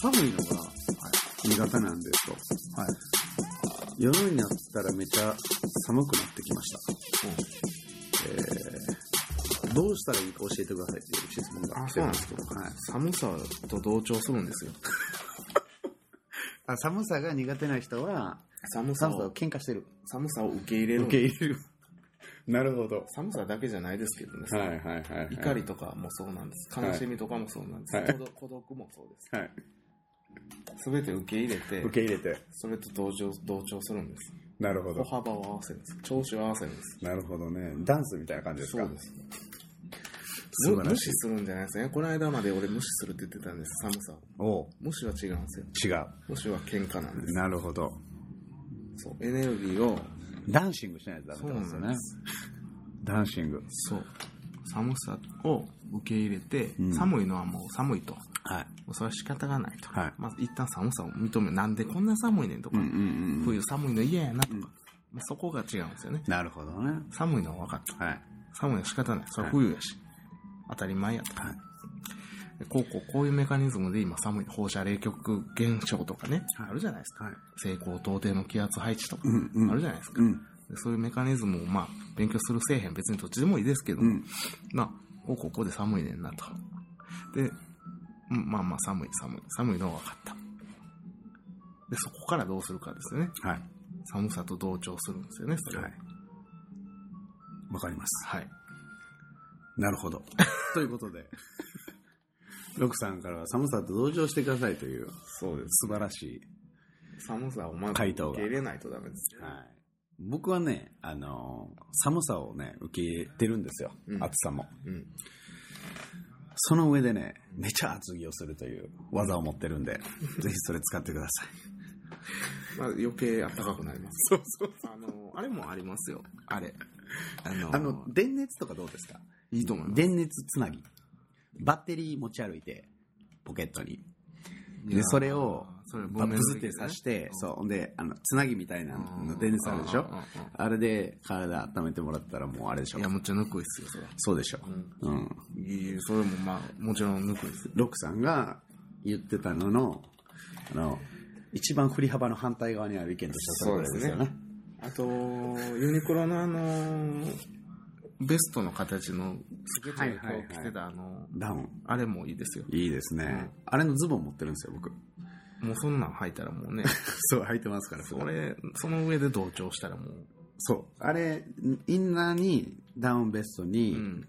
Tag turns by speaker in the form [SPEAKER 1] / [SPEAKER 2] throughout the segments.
[SPEAKER 1] 寒いのが苦手なんですと。
[SPEAKER 2] はい。
[SPEAKER 1] 夜になったらめちゃ寒くなってきました。えーどうしたらいいか教えてくださいっていう質問が
[SPEAKER 2] あ、
[SPEAKER 1] 来
[SPEAKER 2] そ
[SPEAKER 1] て
[SPEAKER 2] う
[SPEAKER 1] る
[SPEAKER 2] なんん
[SPEAKER 1] で
[SPEAKER 2] ですす
[SPEAKER 1] け
[SPEAKER 2] け
[SPEAKER 1] ど
[SPEAKER 2] ど。。
[SPEAKER 1] はい
[SPEAKER 2] 寒さと同調するんですよ。
[SPEAKER 1] あ寒さが苦手な人は、
[SPEAKER 2] 寒さ
[SPEAKER 1] 寒さを
[SPEAKER 2] を、
[SPEAKER 1] 喧嘩してる。
[SPEAKER 2] 寒さを受け入れる。
[SPEAKER 1] 入れる。なるほど。
[SPEAKER 2] 寒さだけじゃないですけどね。
[SPEAKER 1] はいはいはい、はい。
[SPEAKER 2] 怒りとかもそうなんです。
[SPEAKER 1] はい
[SPEAKER 2] 悲しみとかもそうなんです。
[SPEAKER 1] はい
[SPEAKER 2] 孤独孤独もそうです。
[SPEAKER 1] はい。
[SPEAKER 2] すべて受け入れて、
[SPEAKER 1] 受け入れて。
[SPEAKER 2] それと同調同調するんです。
[SPEAKER 1] なるほ
[SPEAKER 2] 歩
[SPEAKER 1] ど。
[SPEAKER 2] 幅を合わせるんです。調子を合わせるんです。
[SPEAKER 1] なるほどね。ダンスみたいな感じですか
[SPEAKER 2] そうです。
[SPEAKER 1] 素
[SPEAKER 2] む
[SPEAKER 1] 晴
[SPEAKER 2] 無
[SPEAKER 1] らし
[SPEAKER 2] 視
[SPEAKER 1] い。
[SPEAKER 2] するんじゃないですね。この間まで俺無視するって言ってたんです、寒さを。
[SPEAKER 1] おう
[SPEAKER 2] 無視は違うんですよ。
[SPEAKER 1] 違う。
[SPEAKER 2] 無視は喧嘩なんです。
[SPEAKER 1] なるほど。
[SPEAKER 2] そう。エネルギーを、
[SPEAKER 1] ダンシングしないとダメ
[SPEAKER 2] そ
[SPEAKER 1] だ
[SPEAKER 2] う
[SPEAKER 1] もん
[SPEAKER 2] なんです。
[SPEAKER 1] ダンシング。
[SPEAKER 2] そう。寒さを受け入れて、
[SPEAKER 1] うん
[SPEAKER 2] 寒いのはもう寒いと。も
[SPEAKER 1] はい。
[SPEAKER 2] うそれは仕方がないと。
[SPEAKER 1] はい
[SPEAKER 2] まず一旦寒さを認める。なんでこんな寒いねんとか、
[SPEAKER 1] ん
[SPEAKER 2] 冬寒いの嫌やなとか、
[SPEAKER 1] うん
[SPEAKER 2] まあそこが違うんですよね。
[SPEAKER 1] なるほどね。
[SPEAKER 2] 寒いのは分かった。
[SPEAKER 1] はい。
[SPEAKER 2] 寒いのは仕方ない。それは冬やし。当たり前やと。
[SPEAKER 1] はい。
[SPEAKER 2] でこうこうこういうメカニズムで今寒い放射冷却現象とかね、
[SPEAKER 1] はい
[SPEAKER 2] あるじゃないですか。
[SPEAKER 1] はい。
[SPEAKER 2] 西高東低の気圧配置とか、
[SPEAKER 1] うんうん
[SPEAKER 2] あるじゃないですか、
[SPEAKER 1] うん。
[SPEAKER 2] でそういうメカニズムをまあ勉強するせえへん別にどっちでもいいですけど、
[SPEAKER 1] うん。
[SPEAKER 2] まあこうこうこうで寒いねんなとで、うんまあまあ寒い寒い寒いのは分かったでそこからどうするかですよね
[SPEAKER 1] はい。
[SPEAKER 2] 寒さと同調するんですよねそれは
[SPEAKER 1] はい。わかります。
[SPEAKER 2] はい、
[SPEAKER 1] なるほど。 ということで、ロクさんからは寒さと同情してくださいという、
[SPEAKER 2] そうで
[SPEAKER 1] 素晴らしい。
[SPEAKER 2] 寒さをまず
[SPEAKER 1] 回答が
[SPEAKER 2] 受け入れないとダメですよ
[SPEAKER 1] はい。僕はね、あのー寒さをね、受け入れてるんですよ。
[SPEAKER 2] うん
[SPEAKER 1] 暑さも。
[SPEAKER 2] うん
[SPEAKER 1] その上でね、めちゃ厚着をするという技を持ってる んで、ぜひそれ使ってください。
[SPEAKER 2] まあ、余計暖かくなります。そうそうあの、あれもありますよ。あれ。あの、
[SPEAKER 1] あの、電熱とかどうですか
[SPEAKER 2] いいと思います。
[SPEAKER 1] 電熱つなぎ。バッテリー持ち歩いて、ポケットに。
[SPEAKER 2] いや
[SPEAKER 1] で、それを、
[SPEAKER 2] それ
[SPEAKER 1] バブズって刺して、
[SPEAKER 2] う
[SPEAKER 1] そう。ほんで、あの、つなぎみたいなの、電熱あるでし
[SPEAKER 2] うんうん
[SPEAKER 1] ょ
[SPEAKER 2] うん
[SPEAKER 1] あれで体温めてもらったらもうあれでし
[SPEAKER 2] う
[SPEAKER 1] ょ
[SPEAKER 2] んいや、むっちゃぬくいっすよ、それ。
[SPEAKER 1] そうでしょ
[SPEAKER 2] うん
[SPEAKER 1] うん。
[SPEAKER 2] いやそれもまあ、もちろんぬくいっすよ。
[SPEAKER 1] ロックさんが言ってたのの、あの、一番振り幅の反対側にある意見としてはそういうことですよね。
[SPEAKER 2] あと、ユニクロのあの、ベストの形の、スケッチ
[SPEAKER 1] はいはい
[SPEAKER 2] を
[SPEAKER 1] はい
[SPEAKER 2] 着てたあの、
[SPEAKER 1] ダウン。
[SPEAKER 2] あれもいいですよ。
[SPEAKER 1] いいですね、
[SPEAKER 2] うん
[SPEAKER 1] あれのズボン持ってるんですよ、僕。
[SPEAKER 2] もうそんなん履いたらもうね、
[SPEAKER 1] そう、履いてますから、
[SPEAKER 2] そ
[SPEAKER 1] 普段
[SPEAKER 2] れ、 その上で同調したらもう、
[SPEAKER 1] そう。あれ、インナーに、ダウンベストに、
[SPEAKER 2] うん、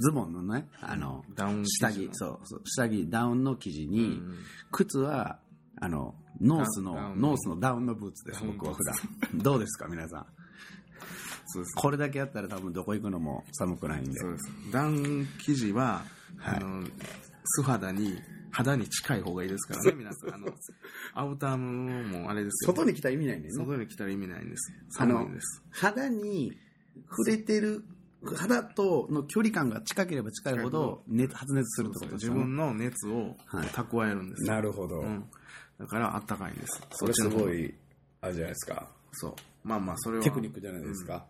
[SPEAKER 1] ズボンのね、あの、
[SPEAKER 2] ダウン
[SPEAKER 1] 下
[SPEAKER 2] 生地
[SPEAKER 1] 着、
[SPEAKER 2] の
[SPEAKER 1] そう、そう下着、ダウンの生地
[SPEAKER 2] う
[SPEAKER 1] に、
[SPEAKER 2] ん
[SPEAKER 1] 靴は、あの、ノース
[SPEAKER 2] ダ
[SPEAKER 1] の、
[SPEAKER 2] ウン
[SPEAKER 1] ノースのダウンのブーツで
[SPEAKER 2] ダ
[SPEAKER 1] す、
[SPEAKER 2] ウン
[SPEAKER 1] 僕
[SPEAKER 2] ブーツ
[SPEAKER 1] は普段。どうですか、皆さん。
[SPEAKER 2] そうです。
[SPEAKER 1] これだけやったら多分どこ行くのも寒くないんで。
[SPEAKER 2] そうです。ダウン生地は、
[SPEAKER 1] はい
[SPEAKER 2] あの、素肌に、肌に近い方がいいですからね、皆さん。あの、アウターもあれですよ、
[SPEAKER 1] 外に来たら意味ないんだよね。
[SPEAKER 2] 外に来たら意味ないんですよ。
[SPEAKER 1] あの
[SPEAKER 2] 寒いんです。
[SPEAKER 1] 肌に触れてる肌との距離感が近ければ近いほど熱発熱するってことです
[SPEAKER 2] 自
[SPEAKER 1] よね
[SPEAKER 2] 分の熱を
[SPEAKER 1] はい
[SPEAKER 2] 蓄えるんですよ。
[SPEAKER 1] るほど
[SPEAKER 2] うん。だから、あったかいんです。
[SPEAKER 1] それす
[SPEAKER 2] そっちの方
[SPEAKER 1] ご
[SPEAKER 2] が。
[SPEAKER 1] いあれじゃないですか
[SPEAKER 2] そう。まあまあ、それは。
[SPEAKER 1] テクニックじゃないですか、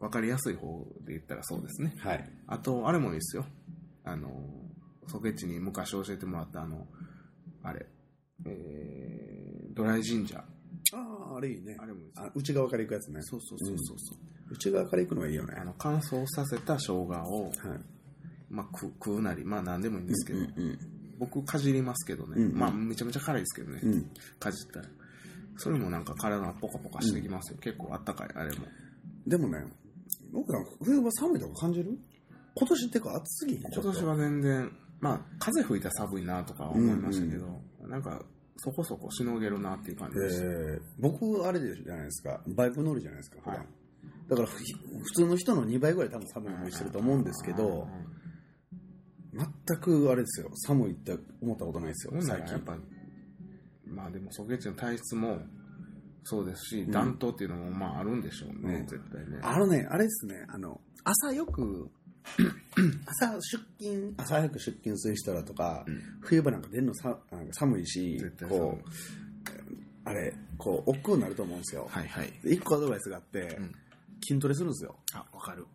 [SPEAKER 2] わかりやすい方で言ったらそうですね。
[SPEAKER 1] はい
[SPEAKER 2] あと、あれもいいですよ。あの、ソケッチに昔教えてもらった、あの、あれ、えー、ドライジンジャー。
[SPEAKER 1] あああれいいね
[SPEAKER 2] あれもいいです
[SPEAKER 1] あ内側から行くやつね
[SPEAKER 2] そうそうそうそうそう。
[SPEAKER 1] 内側から行くのがいいよね
[SPEAKER 2] あの乾燥させた生姜を、
[SPEAKER 1] はい
[SPEAKER 2] まあ、食う食うなり、まあ何でもいいんですけど、
[SPEAKER 1] うん
[SPEAKER 2] 僕かじりますけどね、
[SPEAKER 1] うんうん
[SPEAKER 2] まあめちゃめちゃ辛いですけどね、
[SPEAKER 1] うん
[SPEAKER 2] かじったら。それもなんか体がポカポカしてきますよ。結構あったかい、あれも。
[SPEAKER 1] でもね僕なんか冬は寒いとか感じる今年ってか暑すぎん
[SPEAKER 2] 今年は全然、まあ風吹いたら寒いなとかは思いましたけど、なんかそこそこしのげるなっていう感じでした。
[SPEAKER 1] えー僕、あれじゃないですか、バイク乗るじゃないですか、普段
[SPEAKER 2] はい
[SPEAKER 1] だから、ふ普通の人の2倍ぐらい多分寒い思いしてると思うんですけど、全くあれですよ、寒いって思ったことないですよ
[SPEAKER 2] ほ、んな
[SPEAKER 1] 最
[SPEAKER 2] ら
[SPEAKER 1] 近。
[SPEAKER 2] やっぱ、まあでも、ソゲッチの体質もそうですし、
[SPEAKER 1] ん
[SPEAKER 2] 暖冬っていうのもまああるんでしょうね、
[SPEAKER 1] うん
[SPEAKER 2] 絶対ね。
[SPEAKER 1] あのね、あれですね、あの、朝よく、 朝出勤、朝早く出勤する人らとか、
[SPEAKER 2] うん
[SPEAKER 1] 冬場なんか出るのさなんか寒いし
[SPEAKER 2] 絶、対そう
[SPEAKER 1] こう、あれ、こう、億劫になると思うんですよ。
[SPEAKER 2] はいはい。
[SPEAKER 1] で一個アドバイスがあって、
[SPEAKER 2] ん
[SPEAKER 1] 筋トレするんですよ。
[SPEAKER 2] あ、わかる。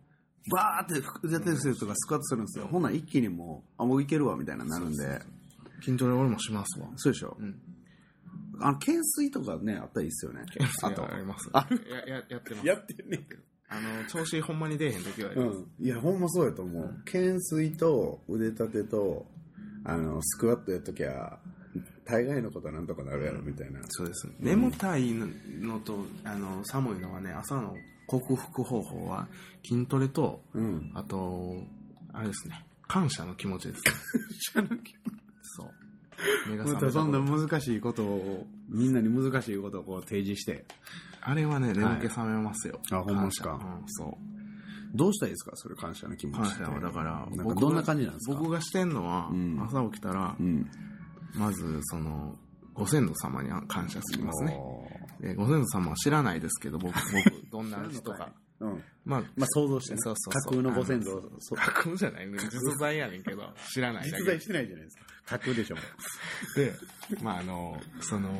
[SPEAKER 1] バーって腕立て伏せとかスクワットするんですよ。ほんなら一気にもう、あ、もういけるわ、みたいななるんで。
[SPEAKER 2] 筋トレ俺もしますわ。
[SPEAKER 1] そうでしょ
[SPEAKER 2] う。ん。
[SPEAKER 1] あの、懸垂とかね、あったらいいっすよね。あと
[SPEAKER 2] あ。ります。
[SPEAKER 1] あ
[SPEAKER 2] や、や、やってます。
[SPEAKER 1] やってるね。
[SPEAKER 2] あの、調子ほんまに出えへん時はやり
[SPEAKER 1] う
[SPEAKER 2] ます。
[SPEAKER 1] ん。いや、ほんまそうやと思う。懸垂と腕立てと、あの、スクワットやっときゃ、大概のことはなんとかなるやろ、みたいな。
[SPEAKER 2] そうです。眠たいのと、あの、寒いのはね、朝の克服方法は、筋トレと、
[SPEAKER 1] うん。
[SPEAKER 2] あと、あれですね、感謝の気持ちです。 そう。目が
[SPEAKER 3] ま
[SPEAKER 2] 覚
[SPEAKER 3] た
[SPEAKER 2] めた
[SPEAKER 3] そんな
[SPEAKER 2] こと
[SPEAKER 3] 難しいことを、みんなに難しいことをこう提示して。
[SPEAKER 2] あれはね、眠気覚めますよ。
[SPEAKER 1] あほんまですか
[SPEAKER 2] 感謝うん、そう。
[SPEAKER 1] どうしたらいいですかそれ感謝の気持
[SPEAKER 2] 感
[SPEAKER 1] ちって。
[SPEAKER 2] 謝はだか
[SPEAKER 1] な
[SPEAKER 2] ら、
[SPEAKER 1] んか
[SPEAKER 2] 僕が
[SPEAKER 1] どんな感じなんですか
[SPEAKER 2] 僕がしてんのは、
[SPEAKER 1] うん
[SPEAKER 2] 朝起きたら
[SPEAKER 1] う、ん。
[SPEAKER 2] まず、その、ご先祖様に感謝しますね。
[SPEAKER 1] おー
[SPEAKER 2] でご先祖様は知らないですけど、僕、僕、どんな人
[SPEAKER 1] 知らんのかい
[SPEAKER 2] か。
[SPEAKER 1] うん。
[SPEAKER 2] まあ、
[SPEAKER 1] まあ想像してね
[SPEAKER 2] そうそう
[SPEAKER 1] 架
[SPEAKER 2] そう
[SPEAKER 1] 空のご先祖、そう
[SPEAKER 2] 架空じゃない、実在やねんけど、知らないだ
[SPEAKER 1] 実
[SPEAKER 2] け
[SPEAKER 1] 在してないじゃないですか。架空でしょ。
[SPEAKER 2] で、まあ、あの、その、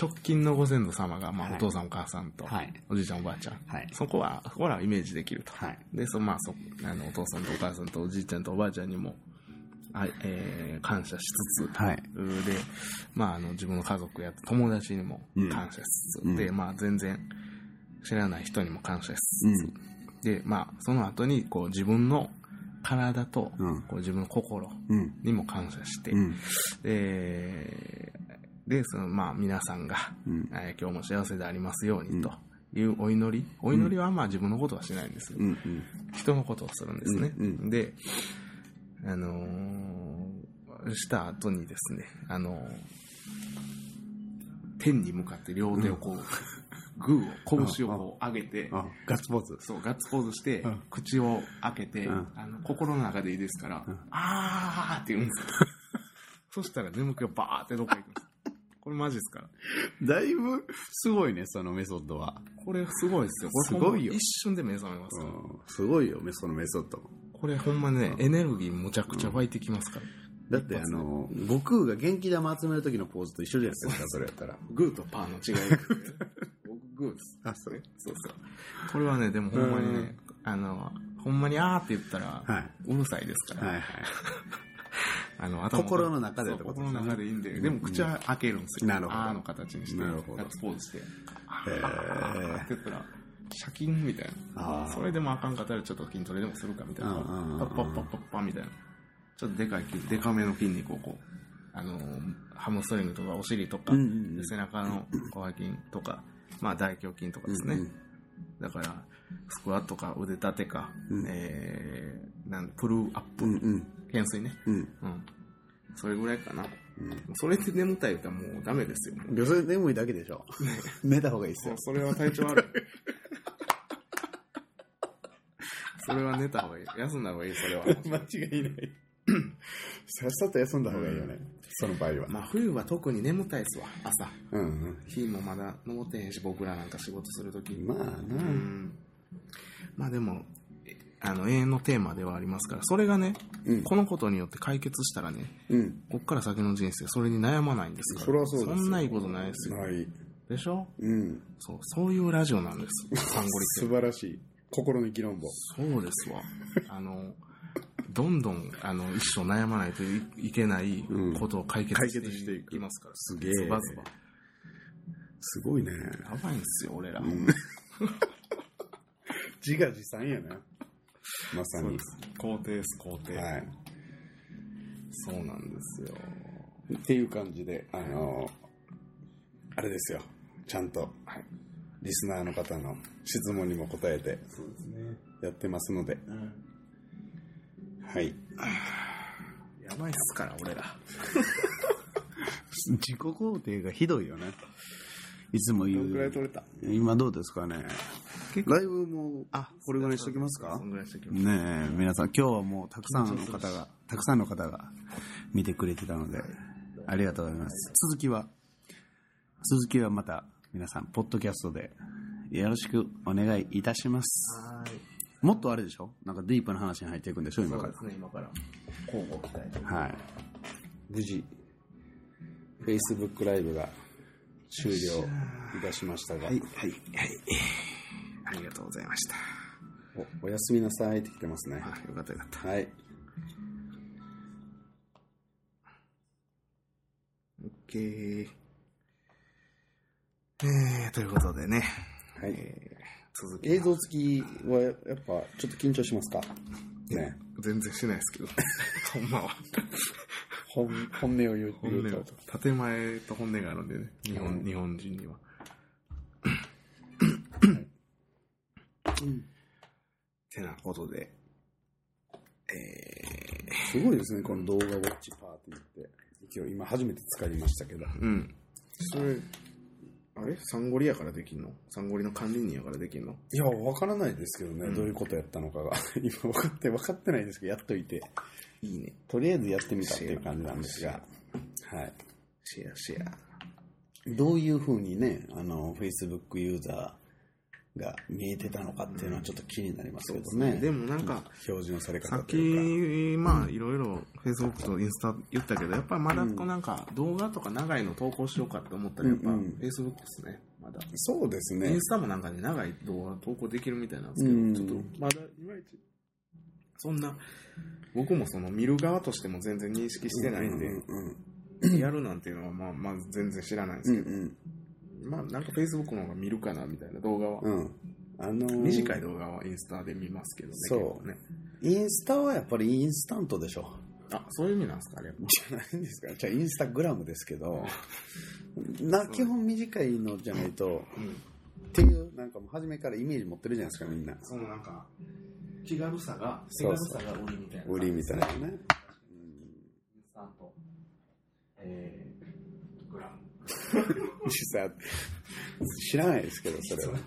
[SPEAKER 2] 直近のご先祖様が、まあ、
[SPEAKER 1] はい
[SPEAKER 2] お父さんお母さんと、
[SPEAKER 1] はい
[SPEAKER 2] おじいちゃんおばあちゃん。
[SPEAKER 1] はい
[SPEAKER 2] そこは、そこらはイメージできると。
[SPEAKER 1] はい
[SPEAKER 2] で、その、まあ、そ、あの、お父さんとお母さんとおじいちゃんとおばあちゃんにも、はい、えー感謝しつつ、
[SPEAKER 1] はい。
[SPEAKER 2] で、まあ、あの、自分の家族や友達にも感謝しつつ、
[SPEAKER 1] うん
[SPEAKER 2] で、まあ、全然知らない人にも感謝しつつ、で、まあ、その後に、こう、自分の体と、
[SPEAKER 1] うん
[SPEAKER 2] こう、自分の心
[SPEAKER 1] うん。
[SPEAKER 2] にも感謝して、
[SPEAKER 1] うん。
[SPEAKER 2] で、で、その、まあ、皆さんが、
[SPEAKER 1] うん。
[SPEAKER 2] えー今日も幸せでありますように、というお祈り。お祈りは、まあ、自分のことはしないんですよ。
[SPEAKER 1] うん。うん。
[SPEAKER 2] 人のことをするんですね。
[SPEAKER 1] うんう
[SPEAKER 2] で、あのーした後にですね、あのー天に向かって両手をこう、グーを、拳をこう上げて、
[SPEAKER 1] あ、ガッツポーズ。
[SPEAKER 2] そう、ガッツポーズして、
[SPEAKER 1] うん
[SPEAKER 2] 口を開けて、
[SPEAKER 1] うん
[SPEAKER 2] あの心の中でいいですから、
[SPEAKER 1] うん
[SPEAKER 2] あーって言うんです よ。そしたら眠気がバーってどっか行くんですよ。これマジですから。
[SPEAKER 3] だいぶすごいね、そのメソッドは。
[SPEAKER 2] これすごいですよ。これ
[SPEAKER 1] すごいよ
[SPEAKER 2] ほんま一瞬で目覚めます
[SPEAKER 1] う
[SPEAKER 2] から、
[SPEAKER 1] ん。すごいよ、メソのメソッド。
[SPEAKER 2] これほんまね、エネルギーむちゃくちゃ湧いてきますから。
[SPEAKER 1] だってあの、悟空が元気玉集める時のポーズと一緒じゃないですか、それやったら。
[SPEAKER 2] グーとパーの 違いですね、僕グーです。
[SPEAKER 1] あ、それ
[SPEAKER 2] そうそう。これはね、でもほんまに
[SPEAKER 1] う
[SPEAKER 2] ね、あの、ほんまにあーって言ったら、
[SPEAKER 1] はいう
[SPEAKER 2] るさいですから、
[SPEAKER 1] はいはい。
[SPEAKER 2] あの頭
[SPEAKER 1] 心の中で
[SPEAKER 2] そ
[SPEAKER 1] っ
[SPEAKER 2] う
[SPEAKER 1] てことですね
[SPEAKER 2] 心の中でいいんで、でも口は開けるんですよ。
[SPEAKER 1] なるほど
[SPEAKER 2] あーの形にして、
[SPEAKER 1] なるほど
[SPEAKER 2] ガッツポーズして、あ
[SPEAKER 1] え
[SPEAKER 2] ーって言ったら、シャキンみたい
[SPEAKER 1] あー
[SPEAKER 2] な。それでもあかんかったらちょっと筋トレでもするかみたいな。
[SPEAKER 1] うんうんうんうん
[SPEAKER 2] パッパッパッパッパみたいな。ちょっとでかい筋、でかめの筋肉をこう、あの、ハムストリングとかお尻とか、
[SPEAKER 1] うんうんうん
[SPEAKER 2] 背中の後背筋とか、まあ大胸筋とかですね。だから、スクワットか腕立てか、
[SPEAKER 1] うん
[SPEAKER 2] えー、なんプルアップ、
[SPEAKER 1] うんうん。
[SPEAKER 2] 懸垂ね。
[SPEAKER 1] うん。
[SPEAKER 2] うん。それぐらいかな。
[SPEAKER 1] う
[SPEAKER 2] それで眠たいってもうダメですよ。
[SPEAKER 1] ん。でそれ眠いだけでしょ。寝た方がいいっす
[SPEAKER 2] そ
[SPEAKER 1] よ
[SPEAKER 2] う。それは体調悪い。 それは寝た方がいい。休んだ方がいい、それは。
[SPEAKER 1] 間違い ない。さっさと休んだ方がいいよね。その場合は。
[SPEAKER 2] まあ冬は特に眠たいっすわ、朝。
[SPEAKER 1] うん
[SPEAKER 2] 日もまだ登ってへんし、僕らなんか仕事するとき
[SPEAKER 1] うん。まあな
[SPEAKER 2] う。んまあでも、えあの、永遠のテーマではありますから、それがね、
[SPEAKER 1] うん
[SPEAKER 2] このことによって解決したらね、
[SPEAKER 1] うん。
[SPEAKER 2] こっから先の人生、それに悩まないんですから。
[SPEAKER 1] そりゃそうですよ
[SPEAKER 2] んないいことないですよ。
[SPEAKER 1] はい。
[SPEAKER 2] でしょ
[SPEAKER 1] うん。
[SPEAKER 2] そう、そういうラジオなんです。サンゴリ
[SPEAKER 1] 素
[SPEAKER 2] って。
[SPEAKER 1] 晴らしい。心の議論簿。
[SPEAKER 2] そうですわ。あの、どんどん、あの、一生悩まないといいけない
[SPEAKER 1] うん
[SPEAKER 2] ことを解決
[SPEAKER 1] 解決してい
[SPEAKER 2] い
[SPEAKER 1] く
[SPEAKER 2] きますから。
[SPEAKER 1] すげえ
[SPEAKER 2] ズバズバ。
[SPEAKER 1] すごいね。
[SPEAKER 2] やばいんですよ、俺ら。
[SPEAKER 1] ん自画自賛やな。まさに。
[SPEAKER 2] 肯定です、肯定。
[SPEAKER 1] はい。
[SPEAKER 2] そうなんですよ。
[SPEAKER 1] っていう感じで、あの、あれですよ。ちゃんと、
[SPEAKER 2] はい
[SPEAKER 1] リスナーの方の質問にも答えて
[SPEAKER 2] そうですね。
[SPEAKER 1] やってますので、はい。
[SPEAKER 2] やばいっすから、俺ら。
[SPEAKER 3] 自己肯定がひどいよね。いつも
[SPEAKER 1] ど
[SPEAKER 3] 言
[SPEAKER 1] のくらい取
[SPEAKER 3] う。
[SPEAKER 1] れた
[SPEAKER 3] 今どうですかね。
[SPEAKER 1] ライブも、あ、これぐらいにしときますか
[SPEAKER 2] そんぐらいしときます。
[SPEAKER 3] ねえ、皆さん、今日はもうたくさんの方が、たくさんの方が見てくれてたので、ありがとうございます。続きは、続きはまた皆さん、ポッドキャストでよろしくお願いいたします。
[SPEAKER 2] はーい。
[SPEAKER 3] もっとあれでしょなんかディープな話に入っていくんでしょ
[SPEAKER 2] そ
[SPEAKER 3] 今
[SPEAKER 2] う
[SPEAKER 3] か
[SPEAKER 2] ですね、今から。交互期待。
[SPEAKER 3] ら。はい。
[SPEAKER 1] 無事、Facebook ライブが終了いたしましたが、
[SPEAKER 2] はい、はい。ありがとうございました。
[SPEAKER 1] おおやすみなさいって来てますね。
[SPEAKER 2] あよかったよかった。
[SPEAKER 1] はい。
[SPEAKER 2] OK。えー、ということでね、
[SPEAKER 1] はい。
[SPEAKER 2] 続き
[SPEAKER 1] 映像付きはやっぱちょっと緊張しますかね。
[SPEAKER 2] 全然しないですけど、 ほんまは。
[SPEAKER 1] 本本音を言う
[SPEAKER 2] 本音
[SPEAKER 1] 言う
[SPEAKER 2] を
[SPEAKER 1] と。
[SPEAKER 2] 建前と本音があるんでね、日本,、日本人には。てなことで、
[SPEAKER 1] すごいですね、この動画ウォッチパーティーって。今日今初めて使いましたけど。
[SPEAKER 2] うん。それ、あれサンゴリやからできんのサンゴリの管理人やからできんの
[SPEAKER 1] いや、わからないですけどね、どういうことやったのかが。 今分かって、分かってないですけど、やっといて。
[SPEAKER 2] いいね。
[SPEAKER 1] とりあえずやってみたっていう感じなんですが。はい。
[SPEAKER 2] シェアシェア。
[SPEAKER 1] どういうふうにね、あの、Facebook ユーザーが見えてたのかっていうのはちょっと気になりますけどね。
[SPEAKER 2] でもなんか、
[SPEAKER 1] 表示のされ
[SPEAKER 2] さ
[SPEAKER 1] 方と
[SPEAKER 2] っき、
[SPEAKER 1] いうか。
[SPEAKER 2] まあ、いろいろ、Facebook とインスタ言ったけど、やっぱりまだこうなんか、動画とか長いの投稿しようかって思ったら、やっぱ、
[SPEAKER 1] うんうん
[SPEAKER 2] Facebook ですね、まだ。
[SPEAKER 1] そうです
[SPEAKER 2] イ
[SPEAKER 1] ね
[SPEAKER 2] ン。スタもなんかね、長い動画投稿できるみたいなんですけど、
[SPEAKER 1] うん
[SPEAKER 2] ちょっとまだいまいち、そんな、僕もその見る側としても全然認識してないんで、
[SPEAKER 1] うんうん
[SPEAKER 2] やるなんていうのはまあ、まあ、全然知らないんで
[SPEAKER 1] う
[SPEAKER 2] す
[SPEAKER 1] ん
[SPEAKER 2] けど、まあ、なんか Facebook の方が見るかなみたいな動画は、
[SPEAKER 1] うんうん。あのー
[SPEAKER 2] 短い動画はインスタで見ますけどね、
[SPEAKER 1] そう
[SPEAKER 2] 結構ね。
[SPEAKER 1] インスタはやっぱりインスタントでしょ。
[SPEAKER 2] あ、そういう意味なんですかね、やっぱ
[SPEAKER 1] じゃないんですか。じゃあインスタグラムですけど、な基本短いのじゃないと、っていう、なんかもう初めからイメージ持ってるじゃないですか、みんな。
[SPEAKER 2] そのなんか、気軽さが、手
[SPEAKER 1] そう
[SPEAKER 2] 軽
[SPEAKER 1] そ
[SPEAKER 2] さ
[SPEAKER 1] う
[SPEAKER 2] が売りみたいな。
[SPEAKER 1] 売りみたいなね。
[SPEAKER 2] インスタント。えー、グラム。
[SPEAKER 1] 実際、知らないですけど、それは。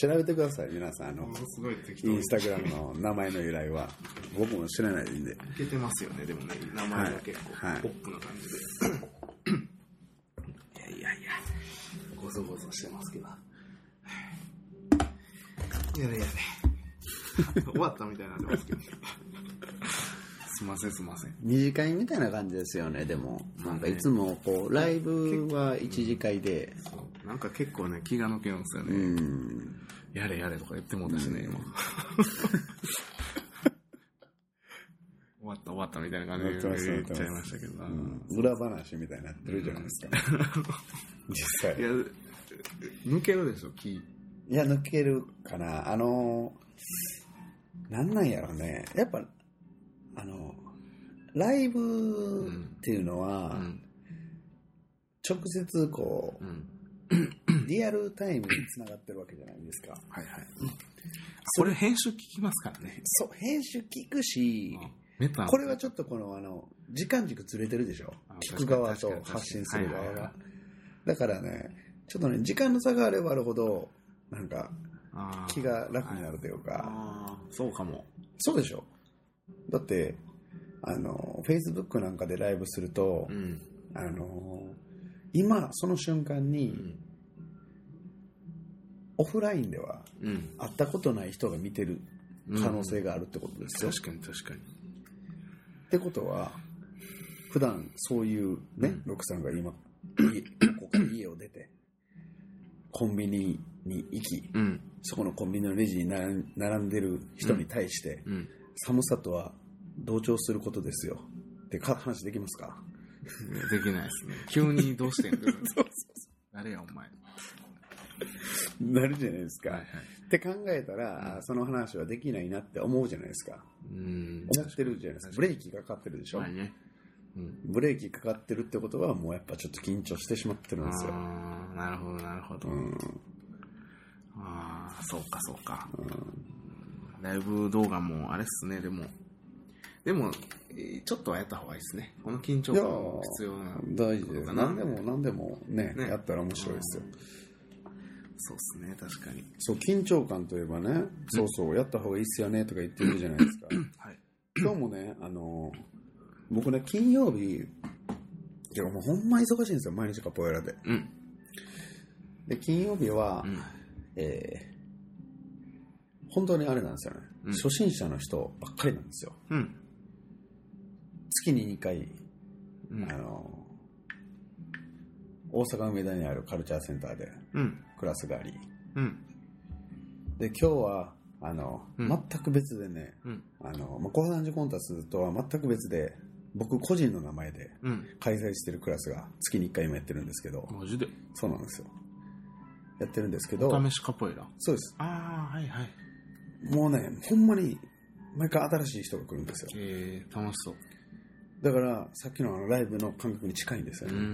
[SPEAKER 1] 調べてください、皆さん。あの
[SPEAKER 2] も、のすごい適当
[SPEAKER 1] イ
[SPEAKER 2] に
[SPEAKER 1] ンスタグラムの名前の由来は。僕も知らないんで。
[SPEAKER 2] いけてますよね、でもね、名前が結構、
[SPEAKER 1] はい
[SPEAKER 2] ポップな感じで。い、やいやいや、ごそごそしてますけど。やれやれ。終わったみたいになってま すけど。すいません、すいません。
[SPEAKER 1] 二次会みたいな感じですよね、でも。なんかいつも、こう、ライブは一次会で、
[SPEAKER 2] なんか結構ね、気が抜けるんですよ
[SPEAKER 1] う
[SPEAKER 2] ね。
[SPEAKER 1] ん。
[SPEAKER 2] やれやれとか言ってもうたしね、今。 終わった終わったみたいな感じで言っちゃいましたけど。
[SPEAKER 1] 裏話みたいになってるじゃない ですか、実
[SPEAKER 2] い
[SPEAKER 1] 際
[SPEAKER 2] や、抜けるでしょ、気。
[SPEAKER 1] いや抜けるかなあのなんなんやろねやっぱあのライブっていうのは、
[SPEAKER 2] うん。
[SPEAKER 1] 直接こ
[SPEAKER 2] う。
[SPEAKER 1] うんリアルタイムにつながってるわけじゃないですか
[SPEAKER 2] はいはい。これ編集聞きますからね。
[SPEAKER 1] そう編集聞くし
[SPEAKER 2] メタ
[SPEAKER 1] これはちょっとこのあの時間軸ずれてるでしょ
[SPEAKER 2] あ
[SPEAKER 1] 聞く側
[SPEAKER 2] 確
[SPEAKER 1] と
[SPEAKER 2] かに確かに
[SPEAKER 1] 発信する側
[SPEAKER 2] はいはいは
[SPEAKER 1] が
[SPEAKER 2] い
[SPEAKER 1] だからねちょっとね時間の差があればあるほどなんか
[SPEAKER 2] あー
[SPEAKER 1] 気が楽になるというか、
[SPEAKER 2] あーそうかも。
[SPEAKER 1] そうでしょだって、あの、Facebook なんかでライブすると、
[SPEAKER 2] うん。
[SPEAKER 1] あの、今、その瞬間に、
[SPEAKER 2] ん
[SPEAKER 1] オフラインでは
[SPEAKER 2] うん。
[SPEAKER 1] 会ったことない人が見てる可能性があるってことですよ。
[SPEAKER 2] 確かに確かに。
[SPEAKER 1] ってことは、普段そういうね、
[SPEAKER 2] うん
[SPEAKER 1] ロクさんが 今、家ここから家を出て、コンビニに行き、
[SPEAKER 2] うん。
[SPEAKER 1] そこのコンビニのレジに並ん並んでる人に対して、
[SPEAKER 2] うん。
[SPEAKER 1] 寒さとは同調することですよってか話できますか
[SPEAKER 2] いやできないで すね。急にどうしてんの誰やお前。
[SPEAKER 1] なるじゃないですか、
[SPEAKER 2] はいはい。
[SPEAKER 1] って考えたら、あーその話はできないなって思うじゃないですか
[SPEAKER 2] うん。
[SPEAKER 1] 思ってるじゃないですかブレーキがかかってるでしょ、
[SPEAKER 2] はいね。うん。
[SPEAKER 1] ブレーキかかってるってことはもうやっぱちょっと緊張してしまってるんですよ
[SPEAKER 2] ああ、なるほど、なるほど。
[SPEAKER 1] うん
[SPEAKER 2] ああ、そうか、そうか。ライブ動画もあれっすね、でも。でも、えーちょっとはやった方がいいですね。この緊張感も必要な。
[SPEAKER 1] 大事です
[SPEAKER 2] そうだな
[SPEAKER 1] 何でも何でもね
[SPEAKER 2] ね
[SPEAKER 1] やったら面白いですよ
[SPEAKER 2] そうっすね、確かに。
[SPEAKER 1] そう緊張感といえばね、そうそうやった方がいいっすよねとか言ってるじゃないですか
[SPEAKER 2] はい。
[SPEAKER 1] 今日もね、あの僕ね、金曜日、てかもうほんま忙しいんですよ、毎日カポエラで。
[SPEAKER 2] うん。
[SPEAKER 1] で、金曜日は、
[SPEAKER 2] うん。
[SPEAKER 1] えー本当にあれなんですよね、
[SPEAKER 2] うん
[SPEAKER 1] 初心者の人ばっかりなんですよ。
[SPEAKER 2] うん。
[SPEAKER 1] 月に2回、
[SPEAKER 2] うん
[SPEAKER 1] あの大阪梅田にあるカルチャーセンターで
[SPEAKER 2] うん。
[SPEAKER 1] クラスがあり、
[SPEAKER 2] うん。
[SPEAKER 1] で、今日は、あの、
[SPEAKER 2] うん
[SPEAKER 1] 全く別でね、
[SPEAKER 2] うん。
[SPEAKER 1] あの、まあ、小肌ンジコンタスとは全く別で、僕個人の名前で
[SPEAKER 2] うん。
[SPEAKER 1] 開催してるクラスが月に1回今やってるんですけど、
[SPEAKER 2] マジで。
[SPEAKER 1] そうなんですよ。やってるんですけど、
[SPEAKER 2] お試しカポエラ。
[SPEAKER 1] そうです。
[SPEAKER 2] ああ、はいはい。
[SPEAKER 1] もうね、ほんまに毎回新しい人が来るんですよ。
[SPEAKER 2] えー、楽しそう。
[SPEAKER 1] だから、さっきのあのライブの感覚に近いんです
[SPEAKER 2] う
[SPEAKER 1] よ
[SPEAKER 2] ー
[SPEAKER 1] ね。
[SPEAKER 2] ん。
[SPEAKER 1] う